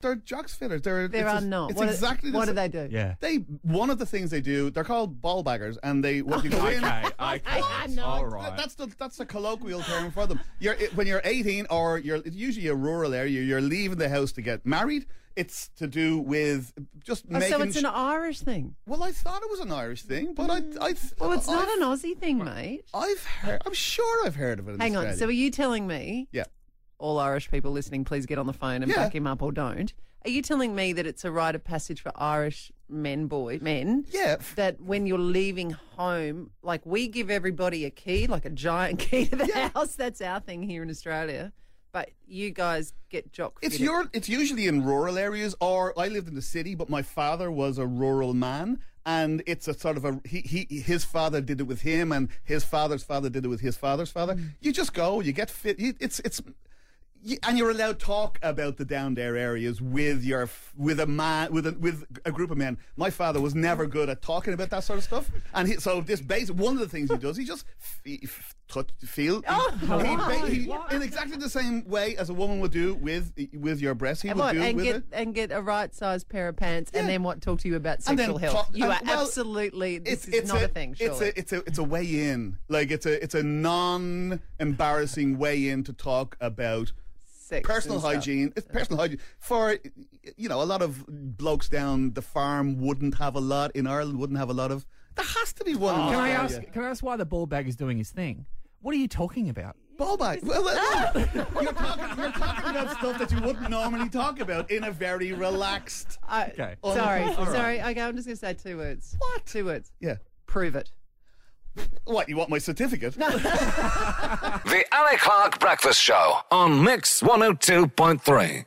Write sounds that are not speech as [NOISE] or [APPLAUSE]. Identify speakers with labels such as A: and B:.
A: they're jocks fitters. They're
B: There
A: it's
B: are
A: just-
B: not.
A: It's
B: what
A: exactly
B: do,
A: the
B: what do
A: sa-
B: they do?
C: Yeah.
A: They one of the things they do. They're called ball baggers, and they what you go in. [LAUGHS]
C: Okay, okay.
B: know.
C: All
A: Th-
C: right.
A: That's the that's the colloquial term for them. You're it, when you're 18 or you're it's usually a rural area. You're leaving the house to get married. It's to do with just
B: Oh,
A: making.
B: so it's
A: sh-
B: an Irish thing.
A: well, I thought it was an Irish thing, but I, I
B: Mm. Well, it's not
A: I've,
B: an Aussie thing, mate.
A: I've heard. I'm sure I've heard of it. In
B: Hang on.
A: Australia.
B: So are you telling me,
A: yeah,
B: all Irish people listening, please get on the phone and
A: Yeah.
B: back him up or don't? Are you telling me that it's a rite of passage for Irish men, boy, men?
A: yeah. f-
B: That when you're leaving home, like we give everybody a key, like a giant [LAUGHS] key to the house. That's our thing here in Australia. But you guys get jock.
A: It's
B: fitted.
A: your. It's usually in rural areas, or I lived in the city, but my father was a rural man, and it's a sort of a he. he his father did it with him, and his father's father did it with his father's father. You just go, you get fit. You, it's it's. You, and you're allowed to talk about the down there areas with your f- with a man with a, with a group of men. My father was never good at talking about that sort of stuff, and he, so this base one of the things he does, he just f- f- touch feel. he,
B: why?
A: he- in exactly the same way as a woman would do with with your breast, he
B: And,
A: would
B: what,
A: do
B: and
A: with
B: get
A: it.
B: and get a right sized pair of pants, and
A: Yeah.
B: then what? Talk to you about
A: And then
B: sexual health.
A: talk-
B: you
A: and-
B: are
A: well,
B: absolutely. This is not a, thing. Surely.
A: It's a it's a it's a way in. Like it's a it's a non embarrassing way in to talk about
B: Sex
A: personal
B: and stuff.
A: hygiene. It's personal hygiene for you know a lot of blokes down the farm wouldn't have a lot in Ireland. Wouldn't have a lot of. There has to be
B: Oh,
A: one. in
C: Can I
A: Australia.
C: ask? Can I ask why the ball bag is doing his thing? What are you talking about?
A: Ball bag. Well, well, well, you're, talking, you're talking about stuff that you wouldn't normally talk about in a very relaxed.
B: I-
C: Okay.
B: Sorry,
A: All right.
B: sorry. Okay, I'm just going to say two words.
A: What?
B: Two words.
A: Yeah.
B: Prove it.
A: What, you want my certificate?
D: The Alec Clark Breakfast Show on Mix 102.3.